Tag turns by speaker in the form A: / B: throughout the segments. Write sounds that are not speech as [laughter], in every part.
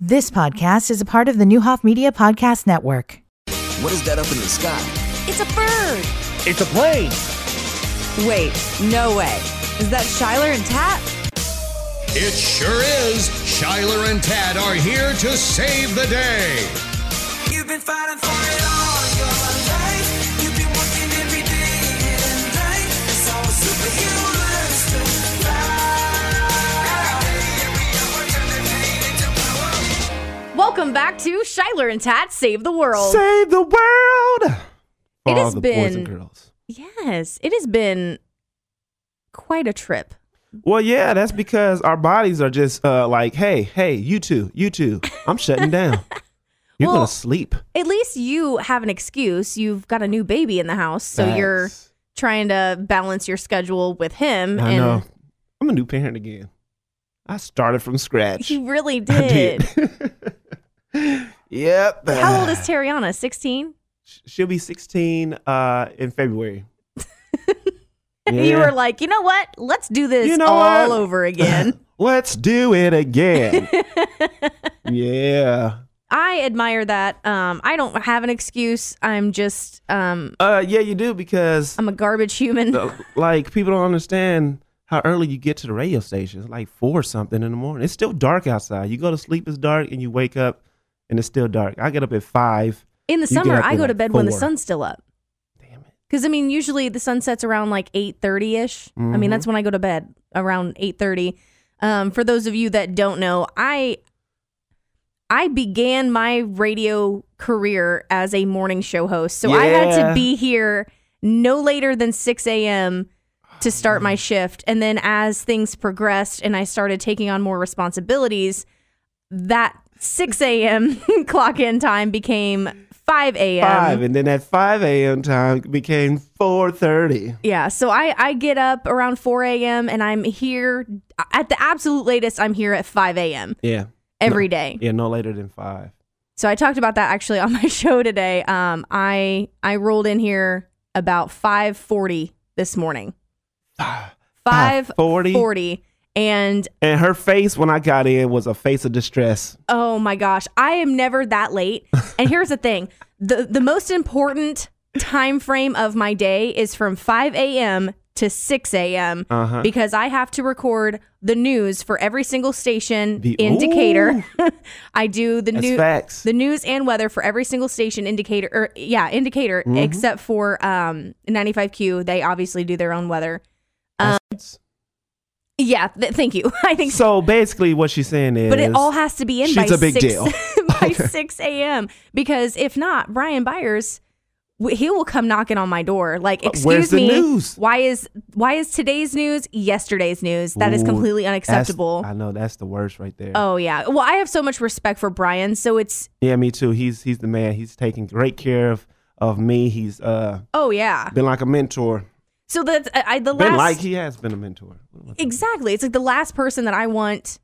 A: This podcast is a part of the Newhoff Media Podcast Network.
B: What is that up in the sky?
C: It's a bird.
D: It's a plane.
C: Wait, no way. Is that Shyler and Tat?
E: It sure is. Shyler and Tad are here to save the day.
F: You've been fighting for it all your life. You've been working every day and night. It's all superhumans to
C: Welcome back to Shyler and Tat Save the World.
G: Save the world. For
C: It
G: all
C: has
G: the boys
C: been-
G: and girls.
C: yes, it has been quite a trip.
G: Well, yeah, that's because our bodies are just uh, like, hey, hey, you two, you two, I'm
C: [laughs]
G: shutting down. You're
C: Well,
G: gonna sleep.
C: At least you have an excuse. You've got a new baby in the house, so
G: Facts.
C: you're trying to balance your schedule with him.
G: I
C: and
G: know. I'm a new parent again. I started from scratch.
C: he really
G: [laughs] I
C: did.
G: did. [laughs] yep.
C: How
G: [laughs]
C: old is Tariana? 16?
G: [sighs] She'll be 16 uh, in February.
C: You
G: Yeah.
C: were like, [laughs] you know what? Let's do this
G: You know
C: all
G: what?
C: over again.
G: [laughs] Let's do it
C: [laughs]
G: again. yeah.
C: I admire that. Um, I don't have an excuse. I'm just, um,
G: Uh, yeah, you do because
C: I'm a garbage human.
G: the- like people don't understand how early you get to the radio station. It's like four something in the morning. It's still dark outside. You go to sleep, it's dark, and you wake up, and it's still dark. I get up at five.
C: [laughs] In the
G: You get
C: summer,
G: up
C: I
G: at,
C: go to
G: like,
C: bed when the
G: four.
C: sun's still up.
G: Damn it.
C: Because I mean, usually the sun sets around like eight thirty ish. I mean,
G: Mhm.
C: that's when I go to bed around eight thirty. Um, for those of you that don't know, I I began my radio career as a morning show host, so I had to
G: Yeah.
C: be here no later than six a.m. to start
G: Mm-hmm.
C: my shift. And then as things progressed and I started taking on more responsibilities, that six a.m. [laughs] clock in time became five a.m.
G: Five, and then at five a.m. time it became four thirty.
C: Yeah, so I I get up around 4 a.m. and I'm here at the absolute latest. I'm here at 5 a.m.
G: Yeah,
C: every day.
G: yeah, no later than five.
C: So I talked about that actually on [laughs] my show today. Um, I I rolled in here about 5:40 this morning.
G: 5:40?
C: 5:40, and
G: And her face when I got in was a face of distress.
C: oh my gosh, I am never that late. And here's the thing: the the most important time frame of my day is from 5 a.m. to 6 a.m.
G: Uh huh.
C: because I have to record the news for every single station in Decatur. [laughs] I do the
G: That's
C: news,
G: facts.
C: the news and weather for every single station indicator, or yeah, indicator, except for um 95Q. They obviously do their own weather. um,
G: That's-
C: Yeah, th- thank you. [laughs] I think so.
G: so basically, what she's saying is,
C: But it all has to be in by
G: she's a big
C: six
G: deal.
C: [laughs]
G: [laughs]
C: by six a.m. because if not, Brian Byers w- he will come knocking on my door like excuse
G: Uh, where's the
C: me
G: news?"
C: why is why is today's news yesterday's news That is
G: Ooh,
C: completely
G: that's-
C: unacceptable
G: I know that's the worst right there.
C: Oh yeah. Well, I have so much respect for Brian, so it's
G: Yeah, me too. He's he's the man. He's taking great care of of me. He's uh
C: oh yeah.
G: been like a mentor.
C: So that's I, I the
G: Been
C: last
G: like he has been a mentor. What am I-
C: exactly. It's like the last person that I want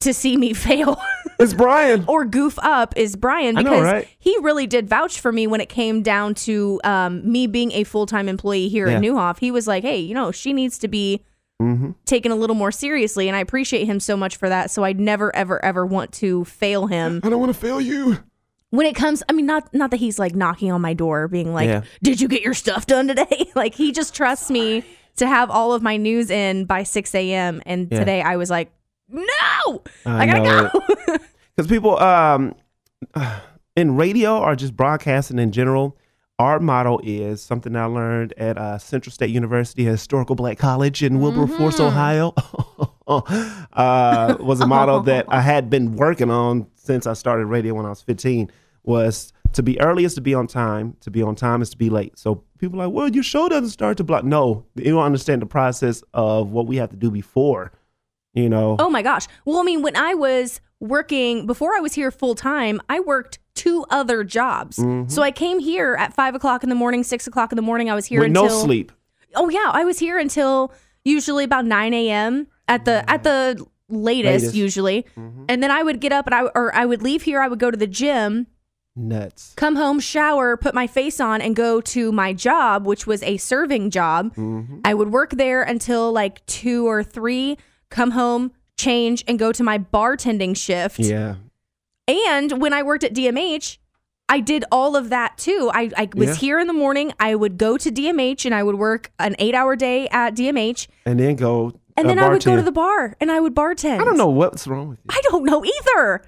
C: to see me [laughs] fail
G: It's Brian.
C: or goof up is Brian
G: I know,
C: because
G: right?
C: he really did vouch for me when it came down to um, me being a full time employee here at
G: Yeah.
C: Newhoff. He was like, "Hey, you know, she needs to be." Taken a little more seriously, and I appreciate him so much for that. So I'd never, ever, ever want to fail him.
G: I don't want to fail you.
C: when it comes i mean not not that he's like knocking on my door being like
G: Yeah.
C: did you get your stuff done today [laughs] like he just trusts me to have all of my news in by 6 a.m and
G: Yeah.
C: today i was like no i,
G: I
C: gotta
G: know
C: go
G: Because people um [sighs] in radio or just broadcasting in general, our motto is something I learned at uh, Central State University Historical Black College in Wilberforce,
C: Mm-hmm.
G: Ohio. [laughs] uh, was a motto that I had been working on since I started radio when I was 15. Was to be early is to be on time. To be on time is to be late. So people are like, well, your show doesn't start to block. No, you don't understand the process of what we have to do before. You know,
C: oh my gosh well i mean when i was working before i was here full time i worked two other jobs
G: Mm-hmm.
C: so i came here at five o'clock in the morning six o'clock in the morning i was here
G: with
C: until
G: no sleep.
C: oh yeah i was here until usually about 9 a.m at the at the latest,
G: Latest. Mm-hmm.
C: usually and then i would get up and i or i would leave here i would go to the gym
G: Nuts.
C: come home shower put my face on and go to my job which was a serving job
G: Mm-hmm.
C: i would work there until like two or three come home change and go to my bartending shift
G: Yeah.
C: And when I worked at DMH, I did all of that too. I, I was
G: Yeah.
C: here in the morning. I would go to DMH and I would work an eight hour day at DMH.
G: and then go.
C: And
G: uh,
C: then I would go to
G: bartend.
C: the bar and I would bartend.
G: I don't know what's wrong with you.
C: I don't know either.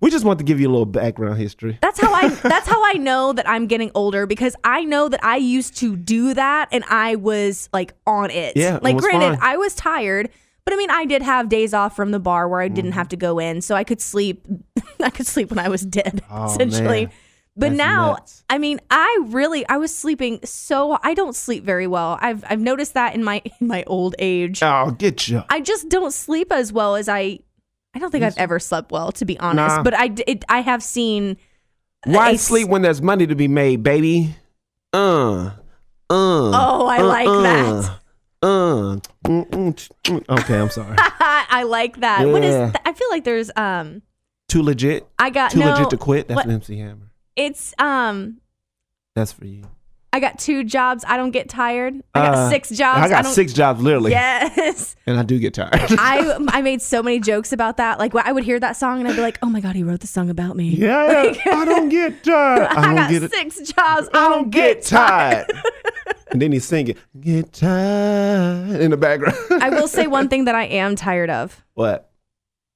G: We just want to give you a little background history.
C: That's how I that's how I know that I'm getting older because I know that I used to do that and I was like on it.
G: Yeah, it
C: Like
G: was
C: granted,
G: fine.
C: I was tired, but I mean I did have days off from the bar where I didn't
G: Mm-hmm.
C: have to go in, so I could sleep [laughs] I could sleep when I was dead,
G: Oh,
C: essentially.
G: man.
C: But
G: That's
C: now
G: nuts.
C: I mean I really I was sleeping so I don't sleep very well. I've I've noticed that in my [laughs] in my old age.
G: Oh, get you.
C: I just don't sleep as well as I. I don't think I've ever slept well, to be honest.
G: Nah.
C: But I, d- it, I have seen.
G: Why
C: I s-
G: sleep when there's money to be made, baby? Uh, uh.
C: Oh, I like that.
G: Uh. mm, mm, ch- mm. Okay,
C: [laughs]
G: I'm sorry.
C: [laughs] I like that. What is?
G: Yeah.
C: Th- I feel like there's. Um,
G: Too legit.
C: I got
G: Too
C: no.
G: legit to quit. That's
C: what-
G: an MC Hammer.
C: It's um.
G: That's for you.
C: I got two jobs. I don't get tired. I got
G: Uh,
C: six jobs.
G: I got
C: don't,
G: six [laughs] jobs, literally.
C: [laughs] Yes.
G: And I do get tired.
C: I I made so many jokes about that. Like wh- I would hear that song and I'd be like, "Oh my god, he wrote the song about me."
G: [laughs] yeah, I don't get tired.
C: [laughs]
G: I
C: I,
G: don't
C: got
G: get it.
C: six jobs.
G: I don't get tired. [laughs] and then he's singing, get tired in the background.
C: [laughs] I will say one thing that I am tired of:
G: [laughs] what?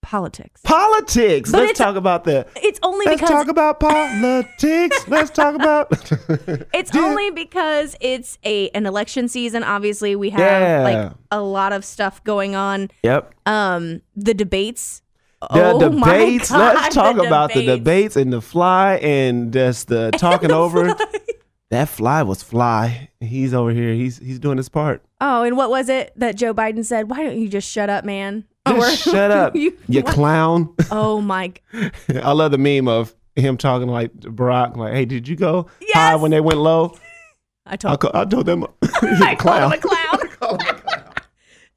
C: politics.
G: Politics.
C: But
G: Let's
C: it's-
G: talk about that.
C: It's only
G: Let's
C: because
G: talk about politics. Let's talk about. [laughs]
C: It's
G: Yeah.
C: only because it's a an election season. Obviously, we have
G: Yeah.
C: like a lot of stuff going on.
G: yep.
C: Um, the debates.
G: The
C: oh
G: debates.
C: My God,
G: Let's talk about the debates and the fly and just the talking over. That fly was fly. He's over here. He's he's doing his part.
C: Oh, and what was it that Joe Biden said? Why don't you just shut up, man? Or-
G: Just
C: [laughs]
G: shut up, [laughs] you,
C: Oh, you- what?
G: clown.
C: oh my! g-
G: I love the meme of him talking like to Barack, like, "Hey, did you go high
C: Yes.
G: when they went low?"
C: I
G: I,
C: told
G: ca- I
C: [laughs]
G: told them, [laughs] "He's a
C: I
G: clown."
C: called him a clown.
G: [laughs]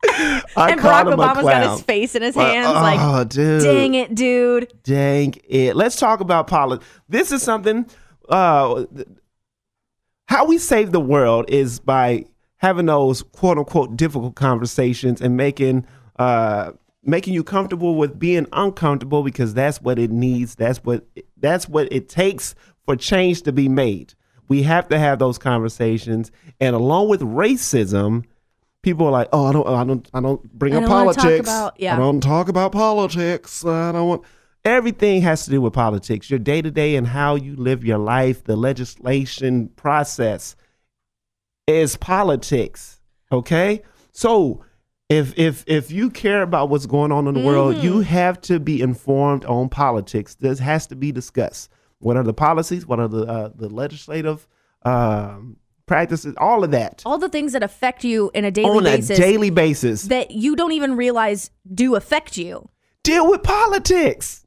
G: I
C: and Barack
G: called him a
C: Obama's got
G: clown.
C: his face in his
G: Like,
C: hands,
G: oh,
C: like,
G: dude.
C: dang it, dude.
G: Dang it. Let's talk about politics. This is something uh th- how we save the world is by having those quote unquote difficult conversations and making uh making you comfortable with being uncomfortable because that's what it needs. That's what that's what it takes for change to be made. We have to have those conversations and along with racism People are like, oh, I don't, I don't, I don't bring
C: I
G: up
C: don't wanna talk
G: politics.
C: about- yeah.
G: I don't talk about politics. I don't want. Everything has to do with politics, your day to day and how you live your life, the legislation process is politics. Okay? So if if if you care about what's going on in the world,
C: Mm-hmm.
G: you have to be informed on politics. This has to be discussed. What are the policies? What are the uh, the legislative um, practices? All of that
C: All the things that affect you in a daily
G: on
C: basis
G: a daily basis.
C: that you don't even realize do affect you.
G: Deal with politics.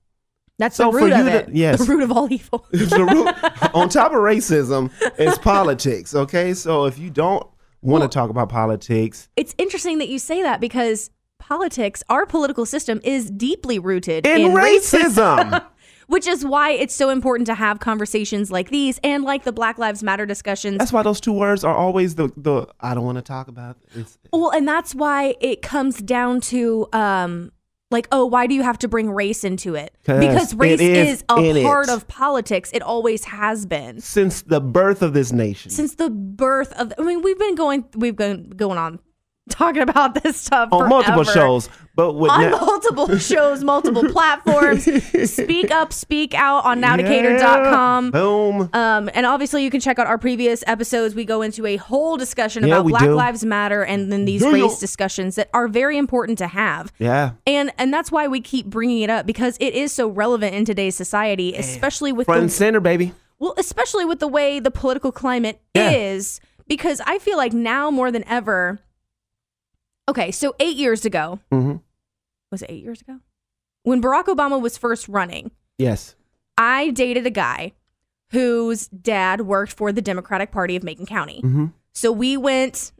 C: That's
G: So
C: the
G: for
C: root
G: you
C: of
G: to-
C: it.
G: yes.
C: The root of all [laughs] evil.
G: [laughs] It's
C: [laughs]
G: the root- on top of racism is politics. Okay, so if you don't want to talk about politics,
C: it's interesting that you say that because politics, our political system is deeply rooted
G: in,
C: [laughs]
G: racism,
C: which is why it's so important to have conversations like these and like the Black Lives Matter discussions.
G: that's why those two words are always the the. I don't want to talk about this.
C: well, and that's why it comes down to um like oh, why do you have to bring race into it?
G: 'Cause
C: Because
G: it
C: race
G: is
C: is,
G: in
C: a
G: it.
C: part of politics. It always has been.
G: Since the birth of this nation,
C: Since the birth of I mean, we've been going we've been going on talking about this stuff
G: on multiple
C: forever.
G: shows, but with
C: on
G: now,
C: [laughs] multiple shows, multiple platforms. Speak up, speak out on
G: Yeah,
C: nowdecatur.com.
G: boom.
C: Um, and obviously, you can check out our previous episodes. We go into a whole discussion
G: Yeah,
C: about
G: we
C: Black
G: do.
C: Lives Matter and then these
G: Yeah.
C: race discussions that are very important to have.
G: yeah,
C: And and that's why we keep bringing it up because it is so relevant in today's society, especially with
G: front and
C: the
G: center, baby.
C: well, especially with the way the political climate
G: Yeah.
C: is, because I feel like now more than ever. Okay, so eight years ago,
G: Mhm.
C: was it eight years ago? When Barack Obama was first running,
G: Yes,
C: I dated a guy whose dad worked for the Democratic Party of Macon County.
G: Mhm.
C: So we went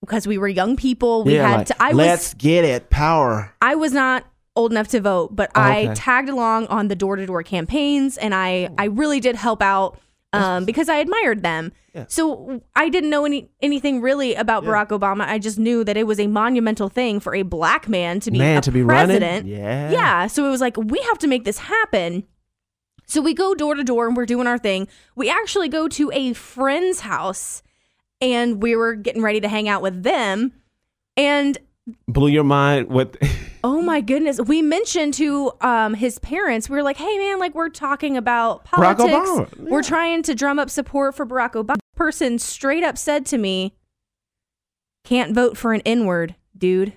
C: because we were young people. We
G: Yeah,
C: had
G: like,
C: to. I
G: let's
C: was
G: get it, power.
C: I was not old enough to vote, but I
G: Oh, Okay.
C: tagged along on the door to door campaigns, and I I really did help out um, because I admired them.
G: Yeah.
C: So I didn't know any anything really about Barack Obama. I just knew that it was a monumental thing for a black man to be
G: Man
C: a
G: to be running?
C: president.
G: Yeah.
C: yeah. So it was like we have to make this happen. So we go door to door and we're doing our thing. We actually go to a friend's house and we were getting ready to hang out with them. And
G: Blew your mind with
C: oh my goodness, we mentioned to um, his parents, we were like, hey man, like we're talking about
G: Barack
C: politics.
G: Obama, yeah.
C: We're trying to drum up support for Barack Obama. Person straight up said to me, can't vote for an N word, dude.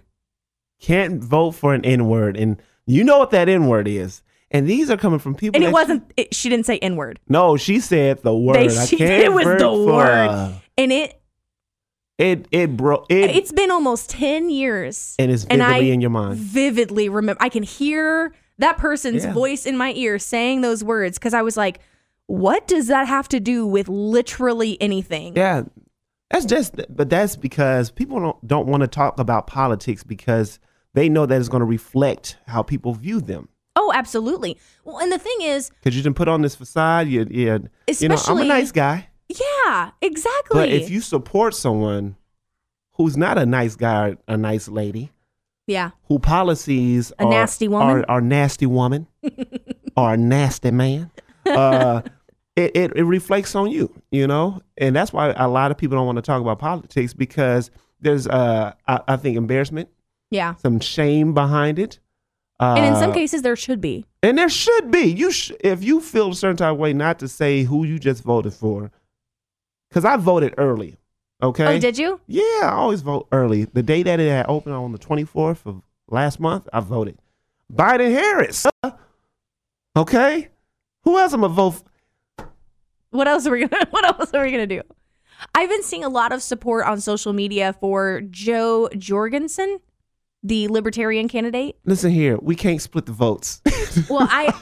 G: can't vote for an N word, and you know what that N word is. And these are coming from people.
C: And it
G: that-
C: wasn't, it, she didn't say N word.
G: No, she said the word.
C: They, [laughs]
G: I
C: she,
G: can't
C: it was
G: vote
C: the
G: for-
C: word. And it,
G: It it broke. It,
C: it's been almost 10 years
G: and it's
C: and
G: vividly
C: I-
G: in your mind.
C: vividly remember i can hear that person's
G: Yeah.
C: voice in my ear saying those words because i was like what does that have to do with literally anything
G: Yeah, that's just. But that's because people don't don't want to talk about politics because they know that it's going to reflect how people view them.
C: oh absolutely well and the thing is
G: Because you can put on this facade. You yeah. You know, I'm a
C: Especially-
G: nice guy.
C: yeah exactly
G: But if you support someone who's not a nice guy, or a nice lady,
C: yeah
G: who policies
C: A
G: are,
C: nasty woman?
G: are, are nasty woman, or a nasty man, uh, [laughs] it, it it reflects on you, you know, and that's why a lot of people don't want to talk about politics because there's uh I, I think embarrassment,
C: yeah
G: some shame behind it, uh,
C: and in some cases there should be
G: and there should be you sh- if you feel a certain type of way not to say who you just voted for, because I voted early, okay.
C: oh did you
G: Yeah, I always vote early. The day that it had opened on the 24th of last month, I voted. Biden Harris. Okay? Who else am I vote for?
C: what else are we [laughs] gonna what else are we gonna do i've been seeing a lot of support on social media for joe jorgensen the libertarian
G: [laughs]
C: candidate
G: Listen here, we can't split the votes. [laughs]
C: Well, I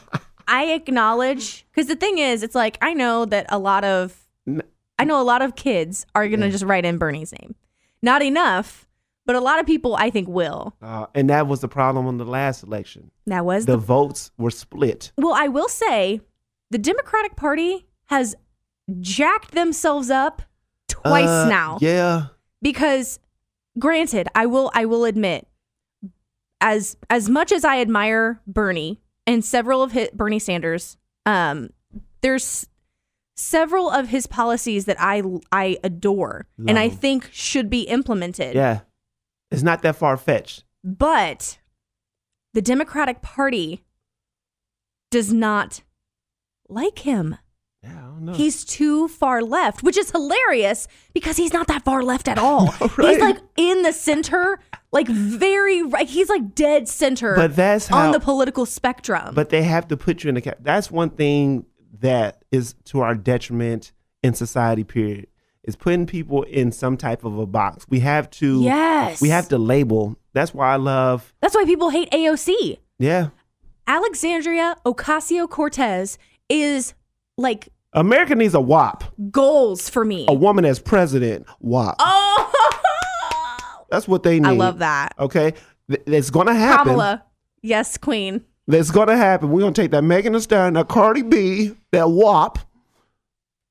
C: I acknowledge because the thing is, it's like I know that a lot of
G: N-
C: I know a lot of kids are gonna just write in Bernie's name. Not enough, but a lot of people I think will.
G: Uh, and that was the problem on the last election.
C: That was
G: The
C: the,
G: votes were split.
C: well. I will say the Democratic Party has jacked themselves up twice
G: Uh,
C: now
G: Yeah.
C: because, granted, I will I will admit as as much as I admire Bernie and several of his, Bernie Sanders, um, there's several of his policies that I I adore
G: Love
C: and I
G: 'em.
C: think should be implemented.
G: Yeah. It's not that far fetched.
C: But the Democratic Party does not like him.
G: Yeah, I don't know.
C: He's too far left, which is hilarious because he's not that far left at
G: [laughs]
C: all.
G: right?
C: He's like in the center, like very right. He's like dead center
G: But that's how-
C: on the political spectrum.
G: Um, but they have to put you in a cap. That's one thing that is to our detriment in society. Period is putting people in some type of a box. We have to.
C: Yes.
G: We have to label. That's why I love.
C: that's why people hate AOC.
G: Yeah.
C: Alexandria Ocasio Cortez is like
G: America needs a WAP.
C: goals for me. [laughs]
G: A woman as president. WAP.
C: Oh,
G: That's what they need.
C: I love that.
G: Okay. Th- It's gonna happen.
C: Kamala, yes, Queen.
G: That's gonna happen. We're gonna take that Megan Thee Stallion, that Cardi B, that WAP,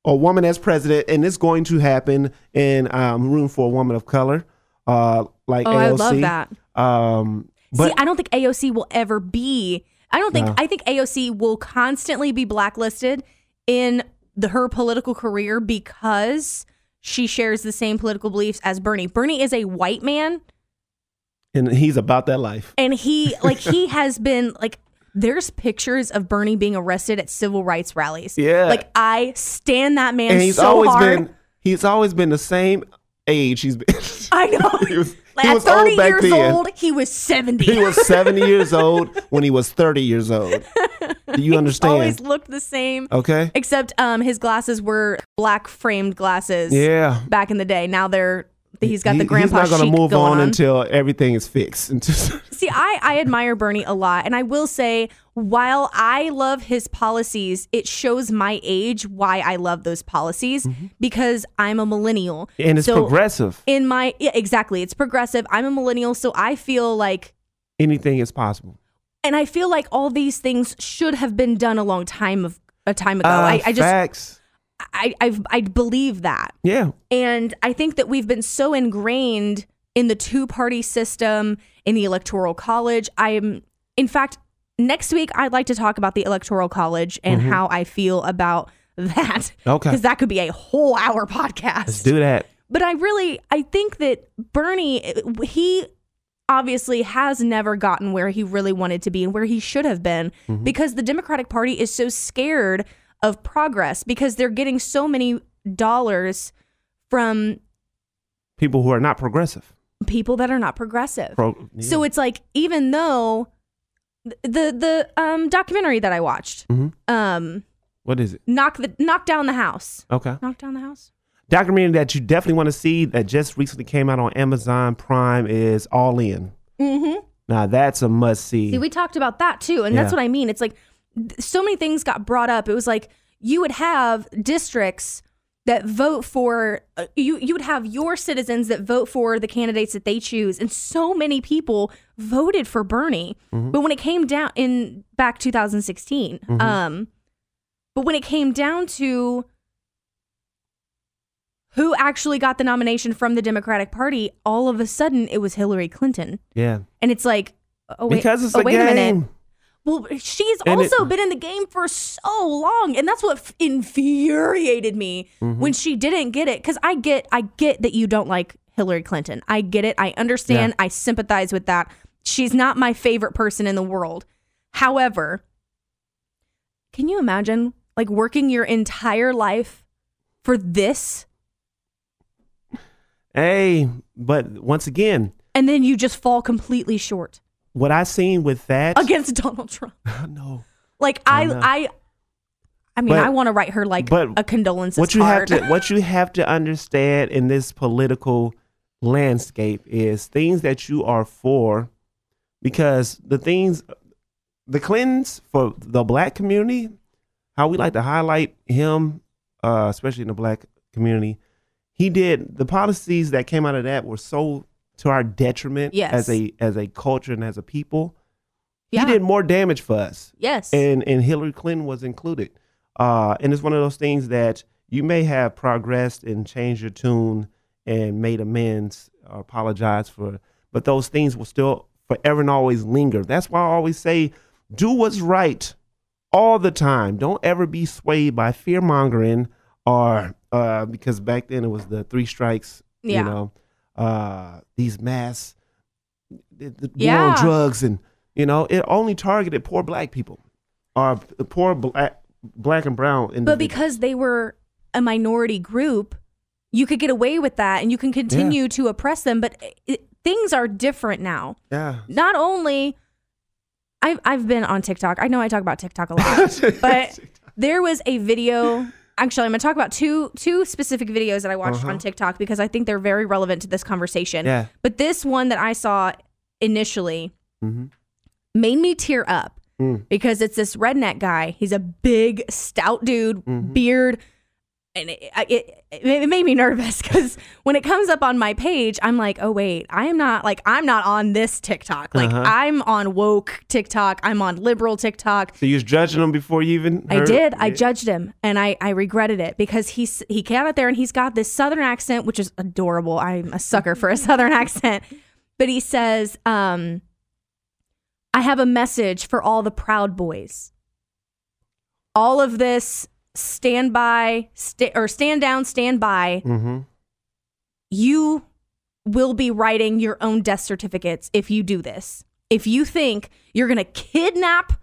G: a woman as president, and it's going to happen. And um, room for a woman of color, uh, like
C: Oh,
G: AOC.
C: I love that.
G: Um, but
C: See, I don't think AOC will ever be. I don't think. I think AOC will constantly be blacklisted in the her political career because she shares the same political beliefs as Bernie. Bernie is a white man,
G: and he's about that life.
C: and he like he
G: [laughs]
C: has been like. There's pictures of Bernie being arrested at civil rights rallies.
G: Yeah.
C: like I stand that man
G: And he's
C: so
G: always
C: hard.
G: been he's always been the same age. He's been
C: [laughs]
G: [laughs]
C: I know.
G: He was-
C: Like,
G: he
C: at
G: was old
C: 30
G: back
C: years
G: then.
C: old, he was 70.
G: he was seventy years old when he was thirty years old. Do
C: [laughs]
G: you
C: [laughs]
G: understand?
C: always looked the same.
G: okay.
C: Except um his glasses were black framed glasses.
G: Yeah.
C: Back in the day. Now they're he's got the
G: He-
C: grandpa
G: He's not gonna
C: chic
G: move
C: going
G: on, until everything is fixed. [laughs]
C: See, I I admire Bernie a lot and I will say while I love his policies, it shows my age why I love those policies because I'm a millennial.
G: Mm-hmm. and it's
C: so
G: progressive.
C: in my yeah, exactly, it's progressive. I'm a millennial, so I feel like
G: Anything is possible.
C: and I feel like all these things should have been done a long time of a time ago.
G: Ah,
C: I, I just
G: Uh, facts.
C: I I've, I believe that.
G: Yeah,
C: And I think that we've been so ingrained in the two party system, in the electoral college. I'm, in fact, next week, I'd like to talk about the Electoral College and how I feel about [laughs] that.
G: Mm-hmm. Okay.
C: Because that could be a whole hour podcast.
G: Let's do that.
C: but I really I think that Bernie he obviously has never gotten where he really wanted to be and where he should have been
G: Mm-hmm.
C: because the Democratic Party is so scared of progress because they're getting so many dollars from
G: People who are not progressive.
C: people that are not progressive.
G: Pro- yeah.
C: So it's like even though th- the the um documentary that I watched
G: Mm-hmm.
C: um
G: what is it?
C: knock the knock down the house.
G: Okay.
C: Knock down the house?
G: documentary that you definitely want to see that just recently came out on Amazon Prime is All In.
C: Mhm.
G: Now that's a must see.
C: See, we talked about that too, and that's
G: Yeah.
C: what I mean. It's like th- so many things got brought up. It was like you would have districts that vote for uh, you. You would have your citizens that vote for the candidates that they choose, and so many people voted for Bernie. But when it came down in back 2016, um, but when it came down to who actually got the nomination from the Democratic Party, all of a sudden it was Hillary Clinton.
G: yeah,
C: And it's like, oh wait,
G: because it's
C: oh,
G: a
C: wait a minute.
G: game.
C: Well, she's
G: And it-
C: also been in the game for so long, and that's what f- infuriated me
G: Mm-hmm.
C: when she didn't get it. Because I get, I get that you don't like Hillary Clinton. I get it. I understand. I sympathize with that. She's not my favorite person in the world. However, can you imagine like working your entire life for this,
G: Hey, but once again,
C: and then you just fall completely short
G: what I seen with that
C: against Donald Trump?
G: [laughs] no.
C: Like I,
G: know.
C: I, I, mean,
G: But-
C: I want to write her like
G: but
C: a condolences
G: What you
C: card.
G: have to
C: [laughs]
G: what you have to understand in this political landscape is things that you are for because the things the Clintons for the black community, how we like to highlight him, uh, especially in the black community, he did the policies that came out of that were so to our detriment
C: Yes.
G: as a as a culture and as a people.
C: Yeah.
G: He did more damage for us
C: Yes.
G: and and Hillary Clinton was included. Uh, and it's one of those things that you may have progressed and changed your tune and made amends, or apologized for, but those things will still forever and always linger. That's why I always say, do what's right all the time. Don't ever be swayed by fear mongering or uh, because back then it was the three strikes.
C: Yeah.
G: You know, uh, these mass the, the war
C: Yeah.
G: on drugs and you know it only targeted poor black people or the poor black black and brown individuals.
C: but because they were a minority group, you could get away with that and you can continue to oppress them. But it, things are different now.
G: yeah
C: Not only, I've, I've been on TikTok. I know I talk about TikTok a
G: [laughs]
C: lot, [laughs] [laughs] but there was a video. Actually, I'm going to talk about two two specific videos that I watched on TikTok because I think they're very relevant to this conversation.
G: Uh-huh. Yeah.
C: But this one that I saw initially
G: Mm-hmm.
C: made me tear up
G: Mm.
C: because it's this redneck guy. He's a big, stout dude,
G: Mm-hmm.
C: beard, and it, I- it, it made me nervous [laughs] because when it comes up on my page, I'm like, oh wait, I am not like I'm not on this TikTok. Like
G: Uh-huh.
C: I'm on woke TikTok. I'm on liberal TikTok.
G: so you was judging them before you even
C: I
G: heard-
C: did. I
G: Yeah.
C: judged him, and I I regretted it because he's he came out there and he's got this southern accent, which is adorable. I'm a sucker for a [laughs] southern accent, but he says, um, "I have a message for all the proud boys. All of this stand by sta- or stand down, stand by.
G: Mhm.
C: You will be writing your own death certificates if you do this. If you think you're going to kidnap."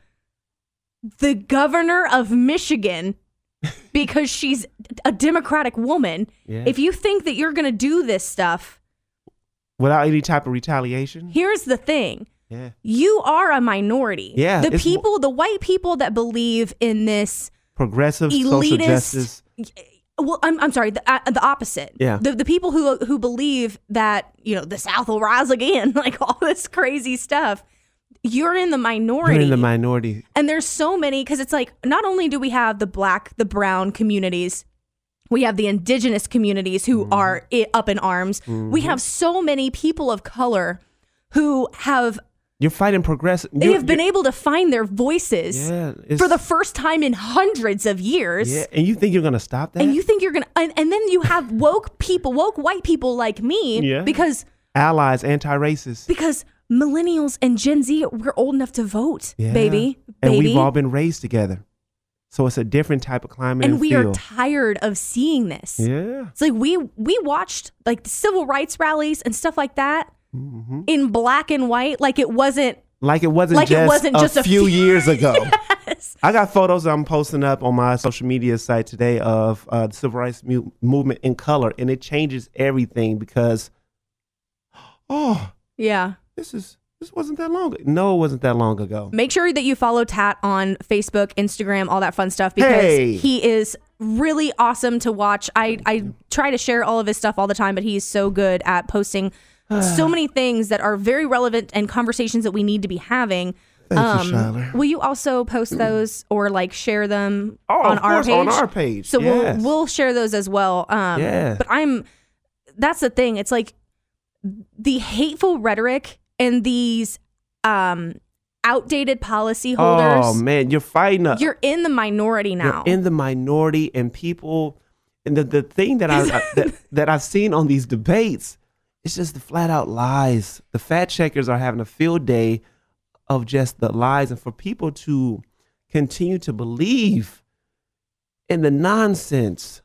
C: the governor of
G: [laughs]
C: Michigan because she's a Democratic woman.
G: Yeah.
C: If you think that you're going to do this stuff,
G: without any type of retaliation
C: here's the thing.
G: yeah
C: You are a minority.
G: Yeah,
C: The
G: it's-
C: people, the white people that believe in this
G: progressive social
C: Elitist-
G: justice
C: well i'm, I'm sorry the, uh, the opposite
G: Yeah.
C: the, the people who who believe that you know the south will rise again [laughs] like all this crazy stuff you're in the minority
G: you're in the minority
C: And there's so many because it's like not only do we have the black, the brown communities, we have the indigenous communities
G: Mm.
C: who are i- up in arms. We
G: Mm-hmm.
C: have so many people of color who have
G: you're fighting progressive
C: they have been able to find their voices
G: yeah it's-
C: for the first time in hundreds of years.
G: yeah and you think you're gonna stop that
C: And you think you're gonna, and, and then you have woke people, woke white people like me,
G: Yeah.
C: because
G: allies anti-racist
C: because millennials and Gen Z, we're old enough to vote,
G: Yeah.
C: baby.
G: And
C: baby.
G: we've all been raised together. So it's a different type of climate.
C: and we are
G: feel.
C: tired of seeing this.
G: yeah.
C: It's like we we watched like the civil rights rallies and stuff like that in black and white, like it wasn't
G: Mm-hmm. Like it wasn't
C: Like it
G: just,
C: wasn't
G: a,
C: just a
G: few,
C: few-
G: years ago.
C: [laughs]
G: I got photos I'm posting up on my social media site today of uh, the civil rights mu- movement in color, and it changes everything because, [gasps] oh,
C: yeah.
G: this is this wasn't that long. No, it wasn't that long ago.
C: Make sure that you follow Tat on Facebook, Instagram, all that fun stuff because
G: Hey.
C: he is really awesome to watch. I, I try to share all of his stuff all the time, but he is so good at posting
G: [sighs]
C: so many things that are very relevant and conversations that we need to be having. Um,
G: Thank you, Shyler.
C: will you also post those or like share them
G: Oh,
C: on
G: of
C: our
G: course,
C: page?
G: on our page,
C: So
G: yes.
C: we'll we'll share those as well. Um,
G: Yeah.
C: But I'm that's the thing. It's like the hateful rhetoric and these um outdated policy holders.
G: Oh man, you're fighting up.
C: You're in the minority
G: You're
C: now.
G: in the minority and people and the, the thing that I that, that I've seen on these debates it's just the flat out lies. The fact checkers are having a field day of just the lies and for people to continue to believe in the nonsense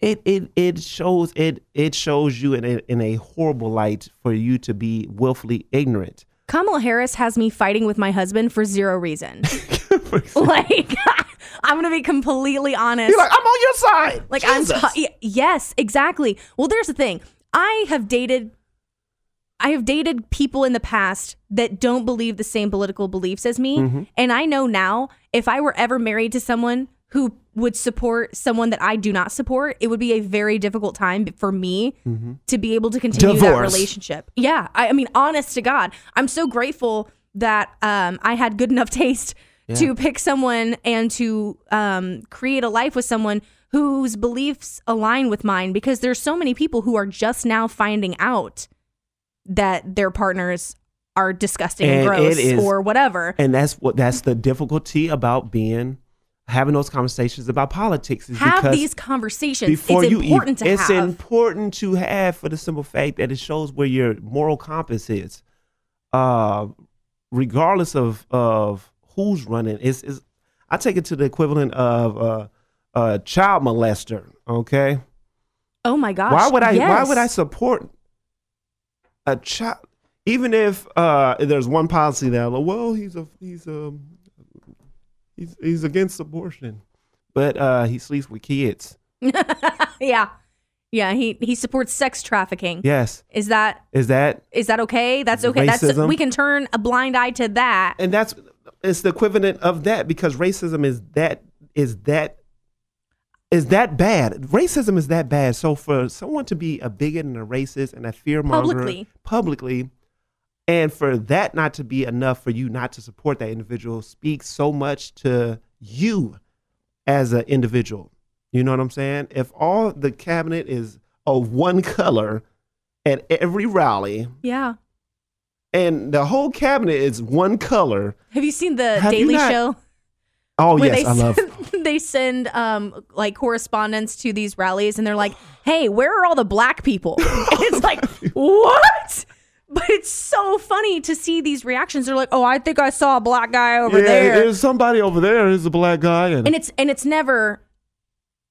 G: it it it shows it it shows you in a, in a horrible light for you to be willfully ignorant.
C: Kamala Harris has me fighting with my husband for zero
G: [laughs]
C: reason. [laughs] like [laughs] I'm gonna be completely honest.
G: You're like I'm on your side.
C: Like I'm
G: Jesus."
C: ta- y- yes, exactly. Well, there's the thing. I have dated I have dated people in the past that don't believe the same political beliefs as me, and I know now if I were ever married to someone who would support someone that I do not support, it would be a very difficult time for me to be able to continue that
G: Divorce.
C: relationship. Yeah, I, I mean, honest to God, I'm so grateful that um, I had good enough [laughs] taste to pick someone and to um, create a life with someone whose beliefs align with mine because there's so many people who are just now finding out that their partners are disgusting and,
G: And
C: gross
G: it is-
C: or whatever.
G: And that's what that's the difficulty about being having those conversations about politics is
C: Have
G: because
C: these conversations. It's
G: before you
C: important
G: eat,
C: to
G: it's
C: have.
G: important to have for the simple fact that it shows where your moral compass is. Uh, regardless of of who's running, it's, it's I take it to the equivalent of uh, a child molester. Okay,
C: oh my gosh.
G: why would I? Why
C: yes.
G: would I support a child? Even if uh, there's one policy that like, well, he's a he's a he's, he's against abortion, but uh, he sleeps with kids.
C: [laughs] yeah. Yeah, he he supports sex trafficking.
G: Yes,
C: Is that
G: is that
C: is that okay? That's okay. That's
G: Racism.
C: we can turn a blind eye to that.
G: and that's it's the equivalent of that because racism is that is that is that bad racism is that bad so for someone to be a bigot and a racist and a fear monger
C: Publicly.
G: publicly and for that not to be enough for you not to support that individual speaks so much to you as an individual you know what i'm saying if all the cabinet is of one color at every rally
C: Yeah.
G: and the whole cabinet is one color
C: Have you seen the
G: Have you
C: Daily
G: not-
C: Show?
G: Oh
C: where
G: yes,
C: they
G: I love.
C: send, [laughs] they send um like correspondence to these rallies and they're like, "Hey, where are all the black people?"
G: [laughs]
C: [laughs] And
G: Oh,
C: it's like, "What?" But it's so funny to see these reactions. They're like, "Oh, I think I saw a black guy over there."
G: there's somebody over there. There's a black guy, and,
C: and it's and it's never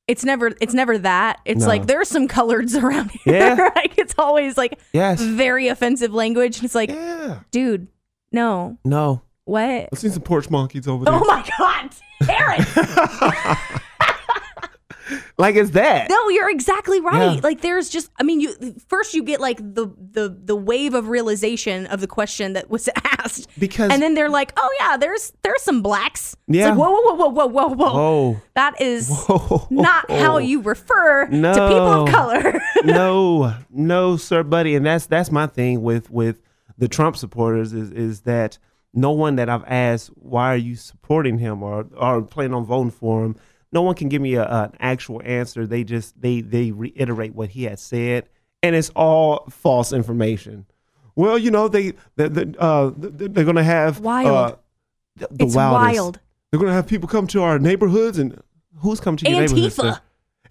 C: it's never it's never that. It's
G: No.
C: like there's some coloreds [laughs] around here.
G: Yeah.
C: like it's always like
G: Yes.
C: very offensive language. And it's like,
G: yeah,
C: dude, no.
G: no,
C: What? [laughs]
G: I've seen some porch monkeys over there.
C: Oh my god, Terrence.
G: like it's that.
C: No, you're exactly right.
G: Yeah.
C: Like there's just I mean you first you get like the the the wave of realization of the question that was [laughs] asked.
G: Because-
C: And then they're like, "Oh yeah, there's there's some blacks."
G: Yeah.
C: It's like, "Whoa, whoa, whoa, whoa, whoa, whoa."
G: Whoa.
C: That is
G: Whoa.
C: not
G: [laughs]
C: how you refer
G: No.
C: to people of color.
G: [laughs] no, no, sir, buddy. And that's that's my thing with with the Trump supporters is is that no one that I've asked why are you supporting him or or planning on voting for him, no one can give me a, an actual answer. They just they they reiterate what he had said, and it's all false information. Well, you know they they, they uh they- they're gonna have
C: Wild.
G: Uh, the, the
C: [laughs] It's
G: wildest.
C: wild.
G: They're gonna have people come to our neighborhoods, and who's come to your neighborhoods?
C: Antifa.
G: sir?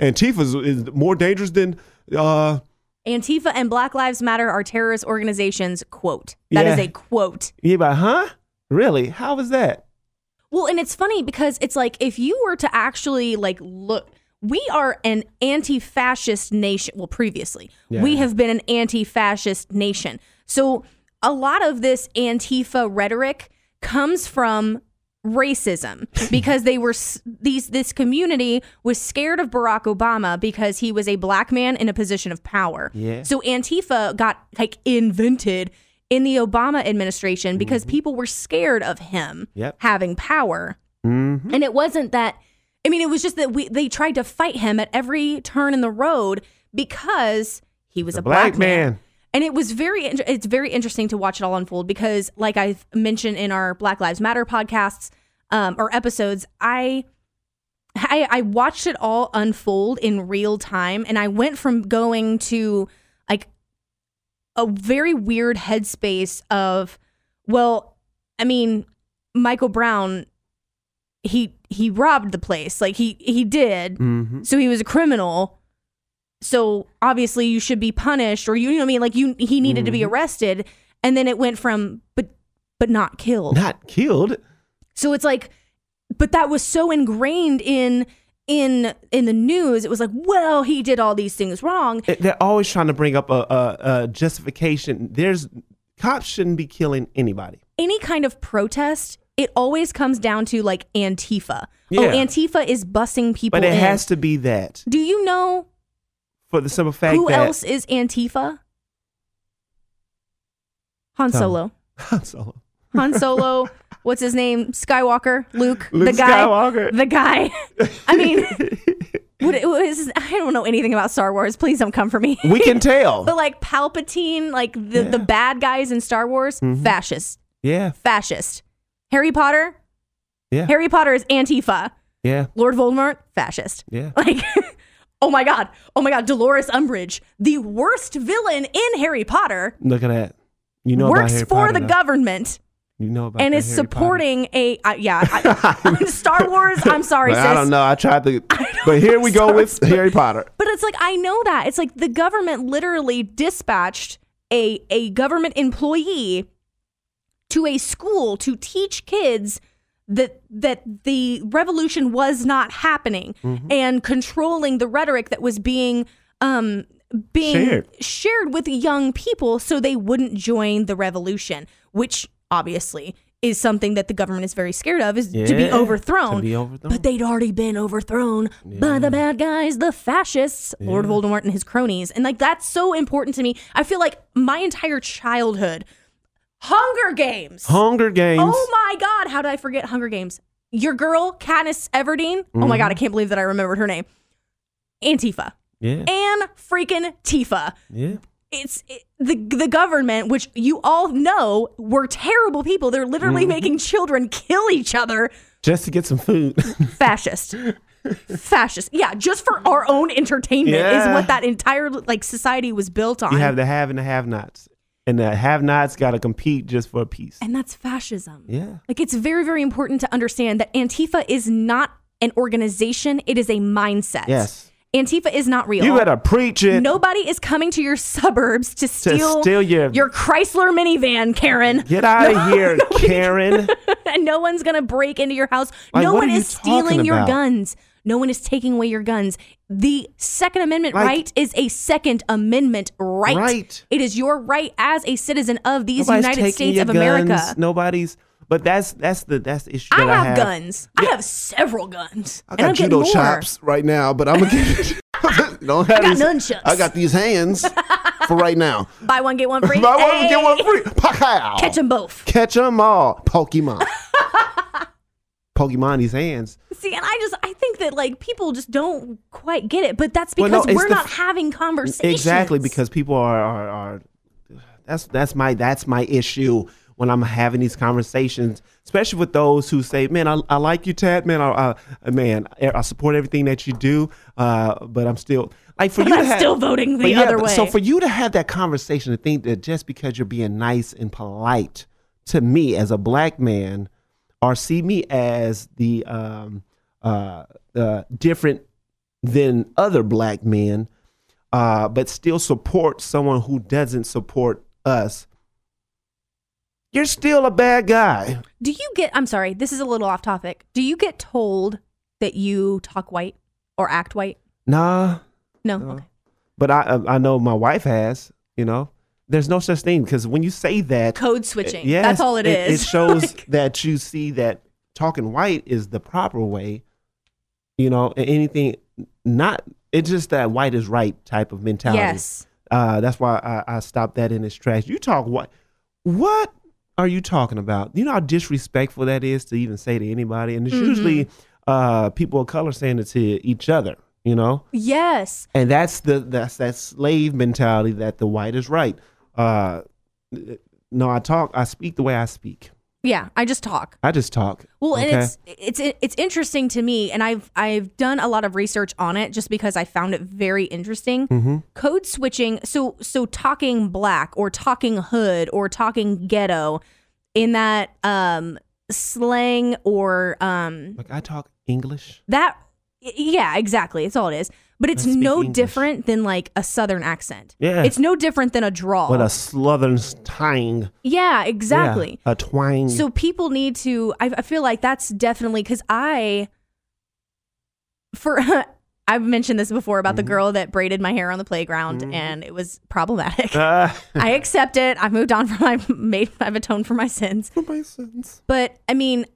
G: Antifa is, is more dangerous than uh,
C: Antifa and Black Lives Matter are terrorist organizations, quote. That is
G: Yeah.
C: a quote.
G: You're like, huh? Really? How is that?
C: Well, and it's funny because it's like if you were to actually like look, we are an anti-fascist nation. Well, previously we
G: Yeah.
C: have been an anti-fascist nation. So a lot of this antifa rhetoric comes from
G: [laughs]
C: racism because they were s- these this community was scared of Barack Obama because he was a black man in a position of power.
G: Yeah.
C: So antifa got like invented in the Obama administration because people were scared of him
G: Yep.
C: having power.
G: Mm-hmm.
C: And it wasn't that I mean it was just that we they tried to fight him at every turn in the road because he was a, black, man. And it was very inter- it's very interesting to watch it all unfold because like I've mentioned in our Black Lives Matter podcasts um, or episodes, I I, I watched it all unfold in real time, and I went from going to like a very weird headspace of, well, I mean, Michael Brown, he he robbed the place, like he he did,
G: Mm-hmm.
C: so he was a criminal. So obviously you should be punished, or you, you know what I mean? Like you, he needed to be
G: Mm-hmm.
C: arrested, and then it went from but but not killed.
G: Not killed.
C: So it's like, but that was so ingrained in in in the news. It was like, well, he did all these things wrong.
G: It- They're always trying to bring up a, a, a justification. There's cops shouldn't be killing anybody.
C: Any kind of protest, it always comes down to like Antifa. Oh,
G: Yeah.
C: Antifa is bussing people.
G: But it
C: in.
G: has to be that
C: Do you know
G: for the simple fact
C: who
G: that
C: else
G: [laughs]
C: is Antifa? Han
G: Tell me.
C: Solo.
G: So-
C: Han
G: [laughs]
C: Solo, what's his name? Skywalker, Luke,
G: Luke
C: the guy,
G: Skywalker.
C: the guy. I
G: [laughs]
C: mean, what, it was- I don't know anything about Star Wars. Please don't come for me. [laughs]
G: we can tell.
C: But like Palpatine, like the the
G: Yeah. Mm-hmm.
C: bad guys in Star Wars, fascist,
G: yeah,
C: fascist. Harry Potter,
G: yeah,
C: Harry Potter is Antifa.
G: yeah,
C: Lord Voldemort, fascist. [laughs]
G: yeah.
C: Like, oh my god, oh my god, Dolores Umbridge, the worst villain in Harry Potter,
G: Look at that. You know about
C: works
G: Harry
C: for
G: Potter
C: the
G: now.
C: government.
G: You know about
C: and
G: that
C: is
G: Harry Potter.
C: supporting a uh, yeah
G: [laughs]
C: I, Star Wars. I'm sorry,
G: Like,
C: sis.
G: I don't know. I
C: [laughs]
G: tried to, but here we go with Harry Potter.
C: But it's like I know that it's like the government literally dispatched a a government employee to a school to teach kids that that the revolution was not happening
G: Mm-hmm.
C: and controlling the rhetoric that was being um being
G: Shared.
C: shared with young people so they wouldn't join the revolution which obviously is something that the government is very scared of is to be
G: Yeah,
C: overthrown
G: to be overthrown.
C: but they'd already been overthrown by the bad guys the fascists lord voldemort and his cronies and like that's so important to me i feel like my entire childhood hunger games
G: Hunger Games.
C: Oh my God, how did I forget Hunger Games? Your girl, Katniss Everdeen. Oh my God, I
G: Mm-hmm.
C: can't believe that I remembered her name. Antifa.
G: yeah,
C: Anne freaking Tifa.
G: yeah.
C: It's it- the the government, which you all know were terrible people. They're literally
G: Mm-hmm.
C: making children kill each other.
G: Just to get some food. [laughs]
C: Fascist. Fascist. Yeah, just for our own entertainment is
G: Yeah.
C: what that entire like society was built on.
G: you have the have and the have nots, and the have nots got to compete just for a piece.
C: and that's fascism.
G: Yeah.
C: Like it's very, very important to understand that Antifa is not an organization, it is a mindset.
G: Yes.
C: Antifa is not real.
G: You better preach it.
C: Nobody is coming to your suburbs to steal,
G: steal your-
C: Chrysler minivan, Karen.
G: Get out of
C: [laughs]
G: here, Karen.
C: and [laughs] no one's going to break into your house.
G: Like,
C: no
G: what
C: one
G: are you
C: is stealing
G: talking
C: your
G: about?
C: guns. No one is taking away your guns. The Second Amendment
G: Like-
C: right is a Second Amendment right.
G: Right.
C: It is your right as a citizen of these
G: Nobody's
C: United
G: taking
C: States
G: your
C: of America.
G: guns. Nobody's. But that's that's the that's the issue.
C: I
G: that
C: have,
G: I have
C: guns. I have several guns.
B: I
C: and
B: got
C: I'm getting
B: judo
C: more.
B: chops right now, but I'm gonna get
C: [laughs]
G: [laughs]
B: it. Don't have
C: I got
B: these-
C: nunchucks.
B: I got these
C: [laughs]
B: hands for right now.
C: Buy one, get one
G: [laughs]
C: free.
B: Buy one, get one
C: Hey!
B: free. Pow!
C: Catch them both.
B: Catch 'em all.
C: [laughs]
B: Pokemon. Pokemon, these hands.
C: See, and I just I think that like people just don't quite get it, but that's
G: Well,
C: because
G: no, it's
C: we're
G: the
C: not
G: f-
C: having conversations. [laughs]
G: Exactly because people are, are are that's that's my that's my issue when I'm having these conversations, especially with those who say, "Man, I, I like you, Ted. Man, I, I man, I I support everything that you do, uh, but I'm still like for you
C: [laughs] I'm
G: to have,
C: still voting the
G: But yeah,
C: other
G: but-
C: way.
G: So for you to have that conversation and think that just because you're being nice and polite to me as a black man, or see me as the um, uh, uh, different than other black men, uh, but still support someone who doesn't support us, you're still a bad guy.
C: Do you get, I'm sorry, this is a little off topic. Do you get told that you talk white or act white?
G: Nah,
C: No.
G: No.
C: Okay.
G: but I um, I know my wife has. You know, there's no such thing because when you say that,
C: Code switching.
G: Eh, yes,
C: That's all it is. [laughs]
G: It shows
C: Like,
G: that you see that talking white is the proper way. You know, and anything not it's just that white is right type of mentality.
C: yes.
G: Uh, that's why I, I stopped that in its tracks. You talk what? What are you talking about? You know how disrespectful that is to even say to anybody, and it's
C: Mm-hmm.
G: usually uh, people of color saying it to each other. You know,
C: Yes.
G: and that's the that's that slave mentality that the white is right. Uh, no, I talk. I speak the way I speak.
C: Yeah. I just talk.
G: I just talk.
C: Well, and
G: okay?
C: it's it's it's interesting to me, and I've I've done a lot of research on it just because I found it very interesting.
G: Mm-hmm.
C: Code switching, so so talking black or talking hood or talking ghetto, in that um slang or um
G: like I talk English.
C: that y- yeah exactly it's all it is, but it's
G: I speak
C: no
G: English.
C: different than like a southern accent.
G: Yeah.
C: it's no different than a drawl.
G: With a southern twang.
C: yeah, exactly.
G: Yeah, a twang. [laughs]
C: So people need to. I, I feel like that's definitely because I, for [laughs] I've mentioned this before about the
G: Mm-hmm.
C: girl that braided my hair on the playground, and it was problematic.
G: [laughs] Uh,
C: I accept it. I've moved on from. [laughs] I've made. I've atoned for my sins.
G: that makes sense.
C: But I mean,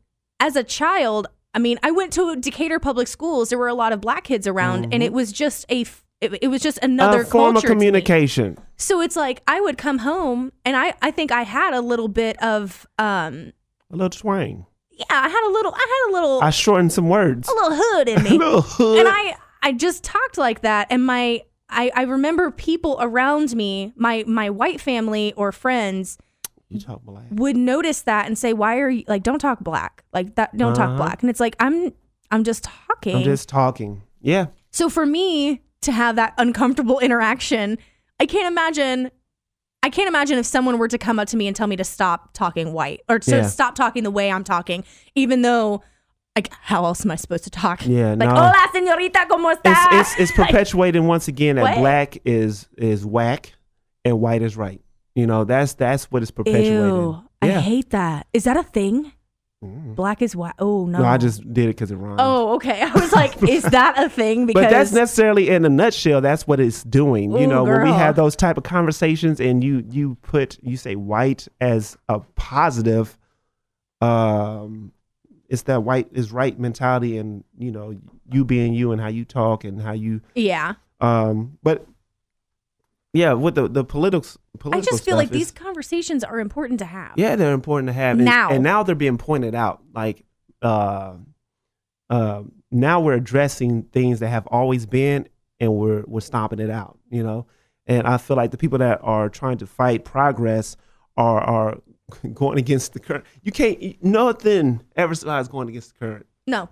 C: as a child, I mean, I went to Decatur Public Schools. There were a lot of black kids around, and it was just a. f- It, it was just another
G: Mm-hmm. a form of
C: culture to me.
G: communication.
C: So it's like I would come home, and I I think I had a little bit of um
G: A little twang.
C: yeah, I had a little, I had a little,
G: I shortened some words.
C: a little hood in
G: [laughs]
C: me,
G: Little hood.
C: and I, I just talked like that, and my, I, I remember people around me, my, my white family or friends
G: you talk black.
C: would notice that and say, "Why are you like? Don't talk black, like that. Don't
G: Uh-huh.
C: talk black." And it's like I'm, I'm just talking.
G: I'm just talking. Yeah.
C: so for me to have that uncomfortable [laughs] interaction, I can't imagine. I can't imagine if someone were to come up to me and tell me to stop talking white or to
G: Yeah.
C: stop talking the way I'm talking, even though, like, how else am I supposed to talk?
G: Yeah,
C: [laughs] Like,
G: no.
C: hola, señorita, ¿cómo está?
G: It's
C: [laughs]
G: it's, it's perpetuating once again that
C: what?
G: black is is whack and white is right. You know, that's that's what it's perpetuating.
C: Ew,
G: yeah.
C: I hate that. Is that a thing?
G: Mm.
C: Black is white. Oh, no.
G: No, I just did it because it rhymes.
C: Oh, okay. [laughs] I was like, is that a thing? Because
G: But that's necessarily in a nutshell. That's what it's doing. you
C: Ooh,
G: know, when we
C: girl.
G: have those type of conversations, and you you put you say white as a positive, um, it's that white is right mentality, and you know you being you and how you talk and how you
C: yeah.
G: um. But yeah, with the the politics,
C: I
G: political
C: just feel
G: stuff
C: like
G: is-
C: these conversations are important to have.
G: yeah, they're important to have and-
C: Now.
G: and now they're being pointed out. Like, uh, uh, now we're addressing things that have always been, and we're we're stomping it out. You know, and I feel like the people that are trying to fight progress are are [laughs] going against the current. You can't nothing ever slides going against the current
C: No.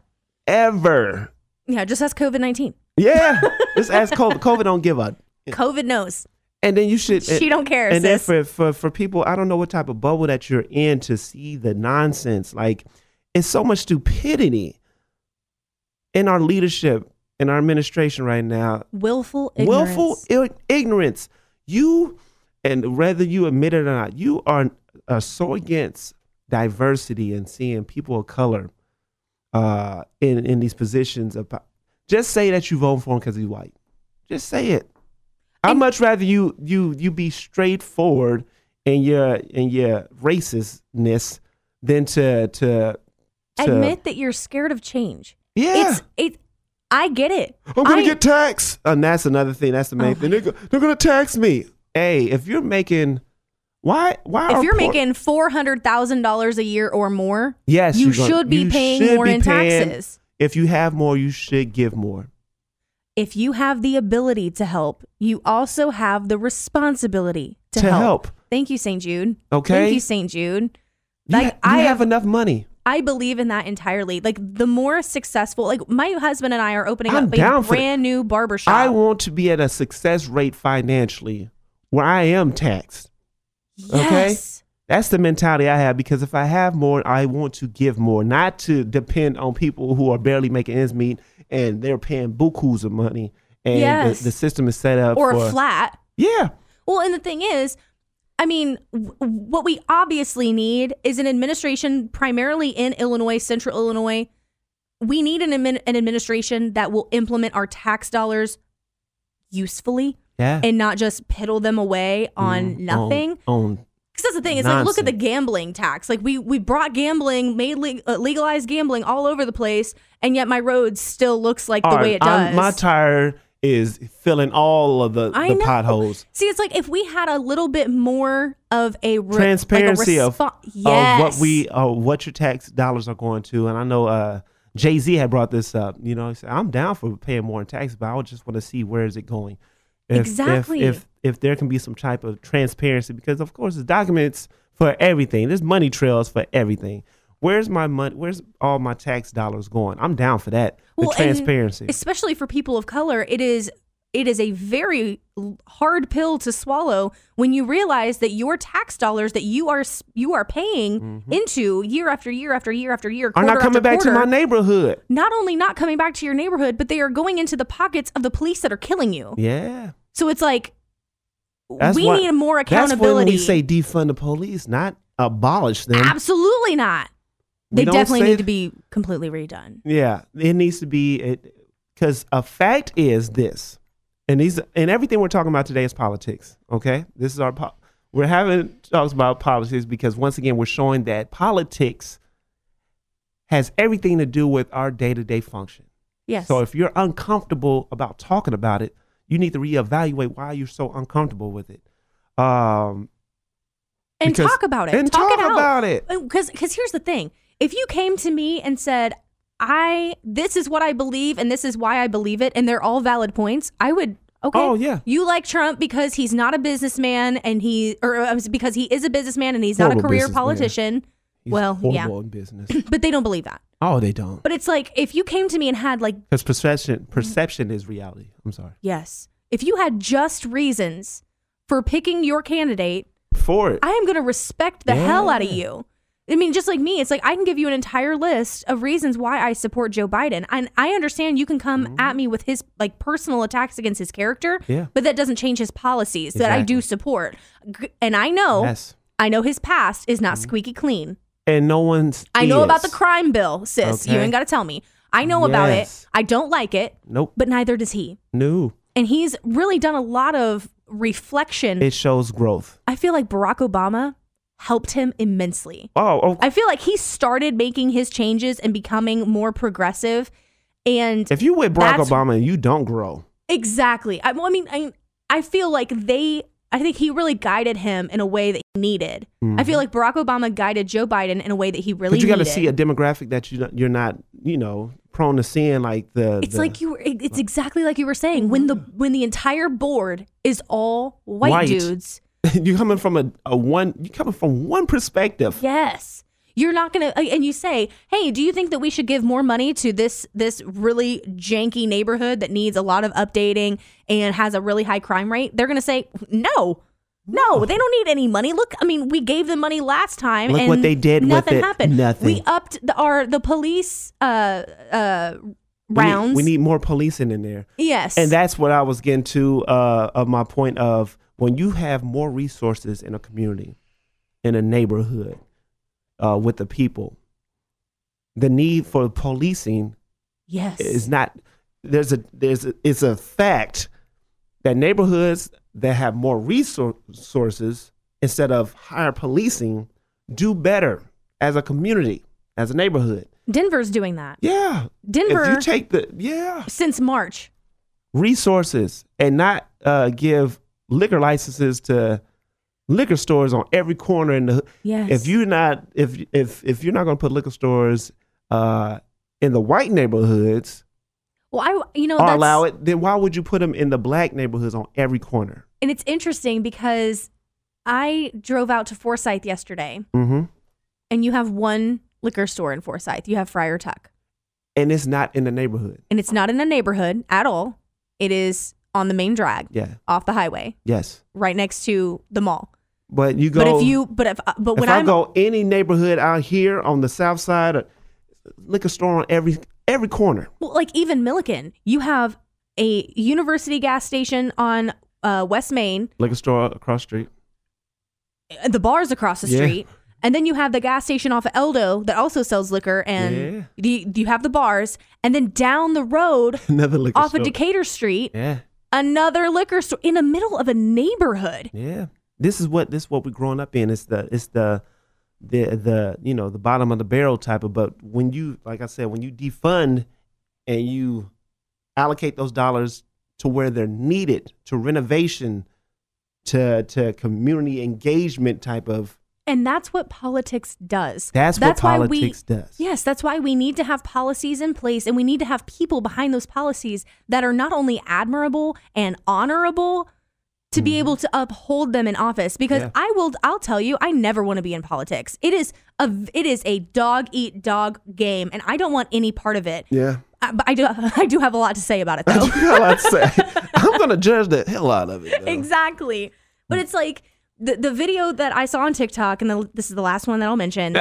G: ever.
C: Yeah, just ask COVID 19. [laughs]
G: Yeah, just ask COVID. COVID don't give up.
C: COVID knows.
G: And then you should.
C: She
G: and-
C: don't care,
G: And then
C: sis.
G: for, for for people, I don't know what type of bubble that you're in to see the nonsense. Like it's so much stupidity in our leadership, in our administration right now.
C: Willful ignorance.
G: Willful I- ignorance. You, and whether you admit it or not, you are, are so against diversity and seeing people of color uh, in in these positions of. po- Just say that you vote for him because he's white. Just say it. I'd much rather you you you be straightforward in your in your racistness than to to, to
C: Admit that you're scared of change.
G: Yeah,
C: It's it. I get it.
G: I'm gonna
C: I- Oh.
G: get taxed. And that's another thing. That's the main thing. They're, go- they're gonna tax me. Hey, if you're making, why why
C: If
G: are
C: you're
G: poor-
C: making four hundred thousand dollars a year or more,
G: yes,
C: you
G: you're gonna-
C: should be
G: you
C: paying
G: should
C: more
G: be
C: in
G: paying-
C: taxes.
G: If you have more, you should give more.
C: If you have the ability to help, you also have the responsibility to,
G: To
C: help.
G: help.
C: Thank you, St. Jude.
G: Okay.
C: Thank you, St. Jude.
G: You
C: Like
G: ha-
C: I
G: you
C: have,
G: have enough money.
C: I believe in that entirely. Like the more successful, like my husband and I are opening
G: I'm
C: up
G: down
C: a
G: for that.
C: brand new barbershop.
G: I want to be at a success rate financially where I am taxed. okay.
C: yes.
G: That's the mentality I have because if I have more, I want to give more, not to depend on people who are barely making ends meet and they're paying bukus of money and
C: Yes.
G: the, the system is set up
C: or
G: for
C: a flat.
G: yeah,
C: Well, and the thing is, I mean, w- what we obviously need is an administration primarily in Illinois, central Illinois. We need an, admin- an administration that will implement our tax dollars usefully
G: yeah, Mm, oh.
C: and not just piddle them away on nothing.
G: Mm-hmm. on, on
C: Because that's the thing. It's like look at the gambling tax. Like we we brought gambling, made le- uh, legalized gambling all over the place, and yet my road still looks like the
G: All
C: way
G: right,
C: it does.
G: I'm- my tire is filling all of the,
C: I
G: the
C: know.
G: potholes.
C: See, it's like if we had a little bit more of a re-
G: Transparency
C: like a
G: of,
C: respon-
G: of
C: yes.
G: what we uh, what your tax dollars are going to, and I know uh, Jay Z had brought this up. You know, he said, I'm down for paying more in taxes, but I would just want to see where is it going. If,
C: Exactly.
G: If, if if there can be some type of transparency, because of course there's documents for everything. There's money trails for everything. Where's my money? Where's all my tax dollars going? I'm down for that.
C: Well,
G: the
C: and
G: transparency.
C: especially for people of color, it is it is a very l- hard pill to swallow when you realize that your tax dollars that you are s- you are paying into year after year after year after year
G: Mm-hmm. Are
C: quarter
G: not coming
C: after
G: back to
C: quarter,
G: my neighborhood.
C: not only not coming back to your neighborhood, but they are going into the pockets of the police that are killing you.
G: Yeah.
C: So it's like
G: That's
C: we
G: why-
C: need more
G: That's when
C: accountability.
G: we say defund the police, not abolish them.
C: Absolutely not.
G: We
C: They
G: don't
C: definitely
G: say
C: need
G: th-
C: to be completely redone.
G: Yeah, it needs to be because a fact is this, and these and everything we're talking about today is politics. Okay, this is our po- we're having talks about politics because once again we're showing that politics has everything to do with our day to day function.
C: Yes.
G: So if you're uncomfortable about talking about it, you need to reevaluate why you're so uncomfortable with it. Um,
C: and
G: because-
C: talk about it.
G: and
C: talk,
G: talk
C: it out.
G: about it.
C: Because because here's the thing: if you came to me and said, "I this is what I believe and this is why I believe it," and they're all valid points, I would. Okay.
G: Oh, yeah.
C: You like Trump because he's not a businessman and he, or uh, because he is a businessman and he's not a
G: Horrible
C: career
G: businessman.
C: politician.
G: he's
C: well,
G: horrible
C: yeah,
G: in business. [clears throat]
C: but they don't believe that.
G: oh, they don't.
C: But it's like if you came to me and had like
G: Because perception perception is reality. I'm sorry.
C: Yes. If you had just reasons for picking your candidate,
G: For it.
C: I am going to respect the
G: Yeah.
C: hell out of you. I mean, just like me, it's like I can give you an entire list of reasons why I support Joe Biden. And I understand you can come at me with his like personal attacks against his character,
G: Mm-hmm. Yeah.
C: but that doesn't change his policies that I do
G: Exactly.
C: support. G- And I know,
G: Yes.
C: I know his past is not squeaky clean.
G: And no one's
C: I know about the
G: is.
C: crime bill, sis. You
G: Okay.
C: ain't got to tell me. I know about it.
G: Yes.
C: I don't like it,
G: Nope.
C: but neither does he
G: No.
C: and he's really done a lot of reflection.
G: It shows growth.
C: I feel like Barack Obama helped him immensely.
G: Oh, oh
C: I feel like he started making his changes and becoming more progressive. And
G: if you with Barack
C: That's-
G: Obama and you don't grow.
C: exactly, I, well, I mean, I, I feel like they, I think he really guided him in a way that he needed. I feel like Barack Obama guided Joe Biden in a way that he really
G: Mm-hmm. But you got to
C: needed.
G: see a demographic that you don't- you're not, you know, prone to seeing like the
C: It's
G: the
C: like you were. it- It's exactly like you were saying. When the when the entire board is all white,
G: White.
C: dudes,
G: [laughs] you coming from a, a one you coming from one perspective.
C: Yes. You're not going to and you say, "Hey, do you think that we should give more money to this this really janky neighborhood that needs a lot of updating and has a really high crime rate?" They're going to say, "No."
G: Oh.
C: No, they don't need any money. Look, I mean, we gave them money last time
G: Look
C: and
G: what they did with
C: nothing
G: it.
C: happened.
G: Nothing.
C: We upped the, our the police uh uh
G: We need-
C: rounds.
G: We need, more policing in there.
C: Yes.
G: And that's what I was getting to uh, of my point of when you have more resources in a community, in a neighborhood, uh, with the people, the need for policing
C: yes.
G: is not there's a there's a, it's a fact that neighborhoods that have more resources instead of higher policing do better as a community as a neighborhood
C: Denver's doing that.
G: yeah if
C: Denver
G: you take the yeah
C: since March.
G: resources and not uh, give liquor licenses to liquor stores on every corner in the hood.
C: Yes.
G: If you're not if if if you're not going to put liquor stores uh, in the white neighborhoods
C: Well, I you know,
G: or
C: that's
G: allow it, then why would you put them in the black neighborhoods on every corner?
C: And it's interesting because I drove out to Forsyth yesterday,
G: Mm-hmm.
C: and you have one liquor store in Forsyth. You have Friar Tuck,
G: And it's not in the neighborhood.
C: and it's not in a neighborhood at all. It is on the main drag,
G: Yeah.
C: off the highway,
G: Yes.
C: right next to the mall.
G: But you go.
C: but if you, but if, uh, but
G: if
C: when
G: I
C: I'm,
G: go any neighborhood out here on the south side, uh, liquor store on every every corner.
C: well, like even Milliken, you have a university gas station on uh, West Main. uh,
G: Liquor store across the street. [laughs]
C: The bar's across the
G: Yeah.
C: street. And then you have the gas station off of Eldo that also sells liquor.
G: Yeah.
C: And do you, you have the bars. And then down the road
G: Another liquor
C: off
G: store.
C: of Decatur Street,
G: yeah,
C: another liquor store in the middle of a neighborhood.
G: yeah. This is what this is what we're growing up in. It's the it's the the the you know the bottom of the barrel type of. But when you like I said, when you defund and you allocate those dollars to where they're needed to renovation, to to community engagement type of.
C: And that's what politics does.
G: That's, what
C: why we-
G: politics does.
C: Yes, that's why we need to have policies in place and we need to have people behind those policies that are not only admirable and honorable to be able to uphold them in office because
G: Mm-hmm. Yeah.
C: I will I'll tell you I never want to be in politics. It is a it is a dog eat dog game and I don't want any part of it. [laughs]
B: Yeah.
C: I, but I do I do have a lot to say about
B: [laughs]
C: it though.
B: Hell, I'd say. I'm gonna judge the hell out of it. though.
C: exactly.
G: Hmm.
C: But it's like the, the video that I saw on TikTok, and the, this is the last one that I'll
G: [laughs]
C: mention.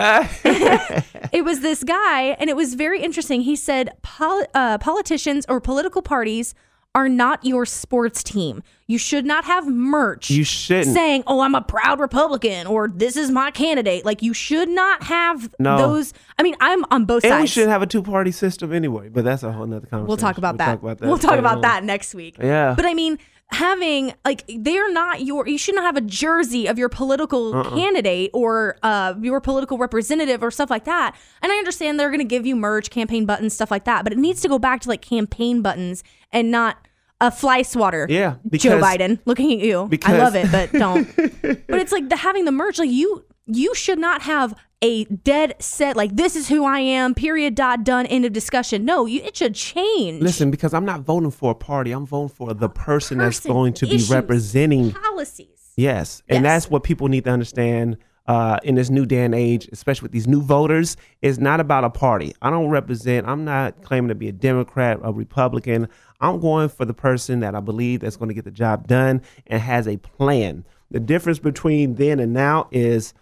C: it was this guy, and it was very interesting. He said, Pol- uh, Politicians or political parties are not your sports team. You should not have merch.
G: You shouldn't.
C: Saying, oh, I'm a proud Republican or this is my candidate. Like, you should not have
G: No.
C: those. I mean, I'm on both
G: And
C: sides.
G: we should have a two party system anyway, but that's a whole nother conversation.
C: We'll talk about
G: We'll
C: that.
G: Talk about that
C: We'll talk
G: later
C: about
G: on.
C: that next week.
G: Yeah.
C: But I mean, having like they're not your you shouldn't have a jersey of your political
G: Uh-uh.
C: candidate or uh your political representative or stuff like that. And I understand they're going to give you merch, campaign buttons, stuff like that, but it needs to go back to like campaign buttons and not a fly swatter.
G: Yeah,
C: Joe
G: because-
C: Biden looking at you. I
G: because-
C: love it, but
G: [laughs]
C: don't. but it's like the having the merch like you you should not have a dead set like this is who I am. Period. Dot. Done. End of discussion. No, you, it should change.
G: Listen, because I'm not voting for a party, I'm voting for the person, that's
C: Person,
G: going to
C: issues,
G: be representing.
C: policies.
G: Yes.
C: Yes.
G: And that's what people need to understand uh, in this new day and age, especially with these new voters. It's not about a party. I don't represent, I'm not claiming to be a Democrat, a Republican. I'm going for the person that I believe that's going to get the job done and has a plan. The difference between then and now is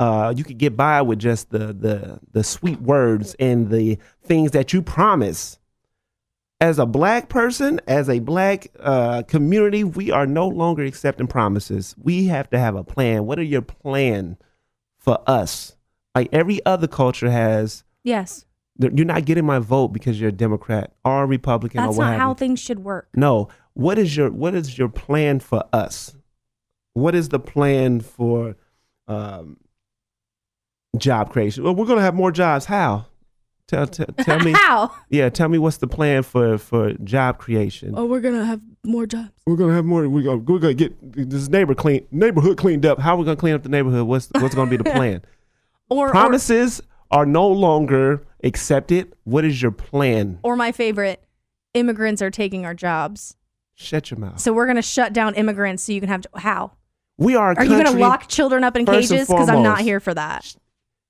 G: uh, you could get by with just the, the, the sweet words and the things that you promise as a black person, as a black uh, community, we are no longer accepting promises. We have to have a plan. What are your plan for us? Like every other culture has,
C: Yes,
G: th- you're not getting my vote because you're a Democrat or a Republican
C: that's
G: or what
C: not
G: have
C: how
G: you.
C: things should work.
G: No. What is your What is your plan for us? What is the plan for um, job creation? Well, we're gonna have more jobs. How? Tell tell, tell
C: [laughs]
G: me.
C: how?
G: Yeah, tell me what's the plan for for job creation.
C: Oh, we're gonna have more jobs.
G: We're gonna have more. We're gonna, we're gonna get this neighbor clean neighborhood cleaned up. How are we gonna clean up the neighborhood? What's what's gonna
C: [laughs]
G: be the plan?
C: Or or,
G: Promises are no longer accepted. What is your plan?
C: or my favorite, immigrants are taking our jobs.
G: Shut your mouth.
C: So we're gonna shut down immigrants so you can have to, how?
G: we are. A
C: Are
G: country,
C: you gonna lock children up in
G: first and
C: cages? Because I'm not
G: foremost.
C: here for that.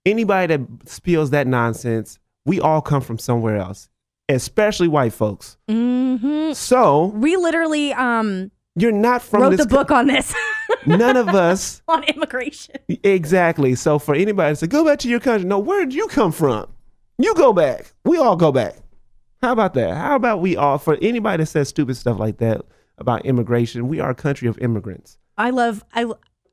G: anybody that spills that nonsense? We all come from somewhere else, especially white folks.
C: hmm
G: So
C: We literally um
G: you're not from
C: wrote
G: this. [laughs]
C: the book on this
G: None
C: [laughs]
G: of us
C: on immigration.
G: Exactly. So for anybody to say, go back to your country, no, where did you come from? You go back. We all go back. How about that? How about we all, for anybody that says stupid stuff like that about immigration, we are a country of immigrants.
C: I love I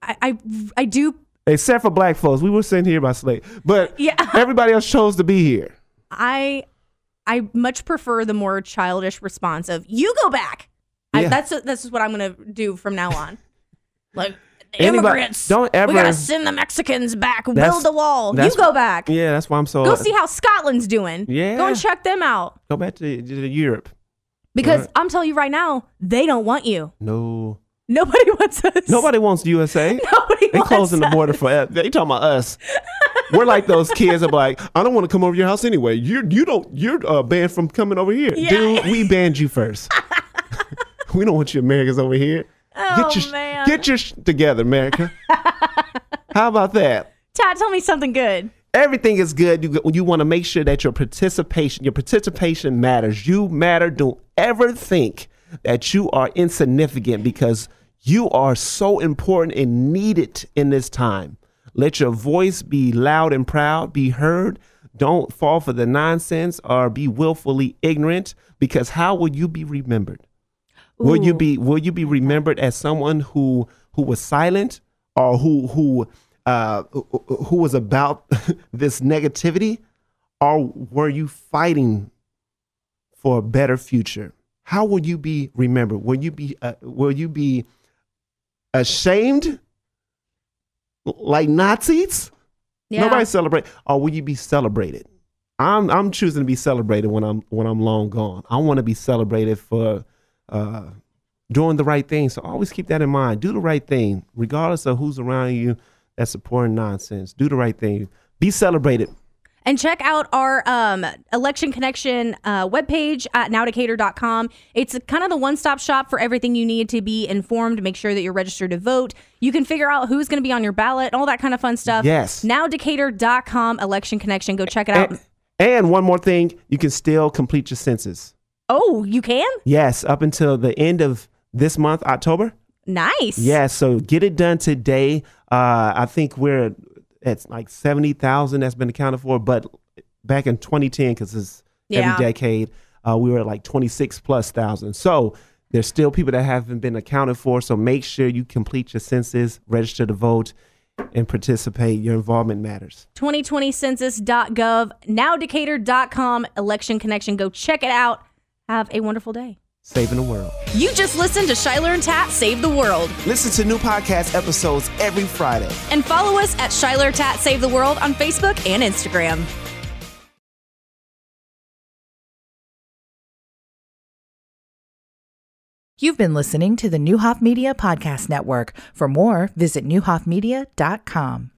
C: I I, I do
G: Except for black folks. We were sent here by slave. But
C: Yeah. [laughs]
G: everybody else chose to be here.
C: I I much prefer the more childish response of "You go back." I,
G: Yeah.
C: that's that's what I'm gonna do from now
G: [laughs]
C: on. like
G: Anybody-
C: immigrants,
G: don't
C: We gotta
G: ever-
C: send the Mexicans back.
G: That's-
C: Build the wall. You
G: that's-
C: go back.
G: Yeah, that's why I'm so.
C: Go see how Scotland's doing.
G: Yeah.
C: Go and check them out
G: Go back to, to Europe.
C: because
G: Right.
C: I'm telling you right now, they don't want you.
G: No.
C: Nobody [laughs] wants us.
G: Nobody
C: [laughs]
G: wants USA.
C: Nobody
G: They
C: wants
G: closing the
C: us.
G: border for they talking about us. We're like those kids that be like, I don't want to come over your house anyway. You you don't you're uh, banned from coming over here,
C: Yeah.
G: dude. We banned you
C: [laughs]
G: first. [laughs] we don't want you Americans over here.
C: Oh,
G: get your sh-
C: man.
G: get your sh- together, America. How about that?
C: Todd, tell me something good.
G: Everything is good. You go- you want to make sure that your participation your participation matters. You matter. Don't ever think that you are insignificant because you are so important and needed in this time. Let your voice be loud and proud, be heard. Don't fall for the nonsense or be willfully ignorant because how will you be remembered? Will you
C: Ooh.
G: be will you be remembered as someone who who was silent or who who uh, who who was about [laughs] this negativity, or were you fighting for a better future? How will you be remembered? Will you be uh, will you be ashamed like Nazis?
C: Yeah.
G: Nobody celebrate. Or will you be celebrated? I'm I'm choosing to be celebrated when I'm when I'm long gone. I want to be celebrated for uh, doing the right thing. So always keep that in mind. Do the right thing, regardless of who's around you that's supporting nonsense. Do the right thing. Be celebrated.
C: And check out our um, election connection uh, webpage at nowdecatur.com. It's kind of the one stop shop for everything you need to be informed. Make sure that you're registered to vote. You can figure out who's going to be on your ballot, all that kind of fun stuff.
G: Yes. Eh.
C: Nowdecatur.com, election connection. Go check it out.
G: And, and one more thing, you can still complete your census.
C: oh, you can?
G: Yes, up until the end of this month, October.
C: Nice.
G: Yeah, so get it done today. Uh, I think we're at like 70,000 that's been accounted for, but back in 2010, because it's
C: Yeah.
G: every decade, uh, we were at like 26 plus thousand. So there's still people that haven't been accounted for. So make sure you complete your census, register to vote, and participate. Your involvement matters.
C: 2020 census.gov, nowdecatur.com, election connection. Go check it out. Have a wonderful day.
G: Saving the world.
C: You just listened to Shiler and Tat Save the World.
B: Listen to new podcast episodes every Friday.
C: and follow us at Shiler Tat Save the World on Facebook and Instagram.
A: You've been listening to the Newhoff Media Podcast Network. For more, visit newhoffmedia.com.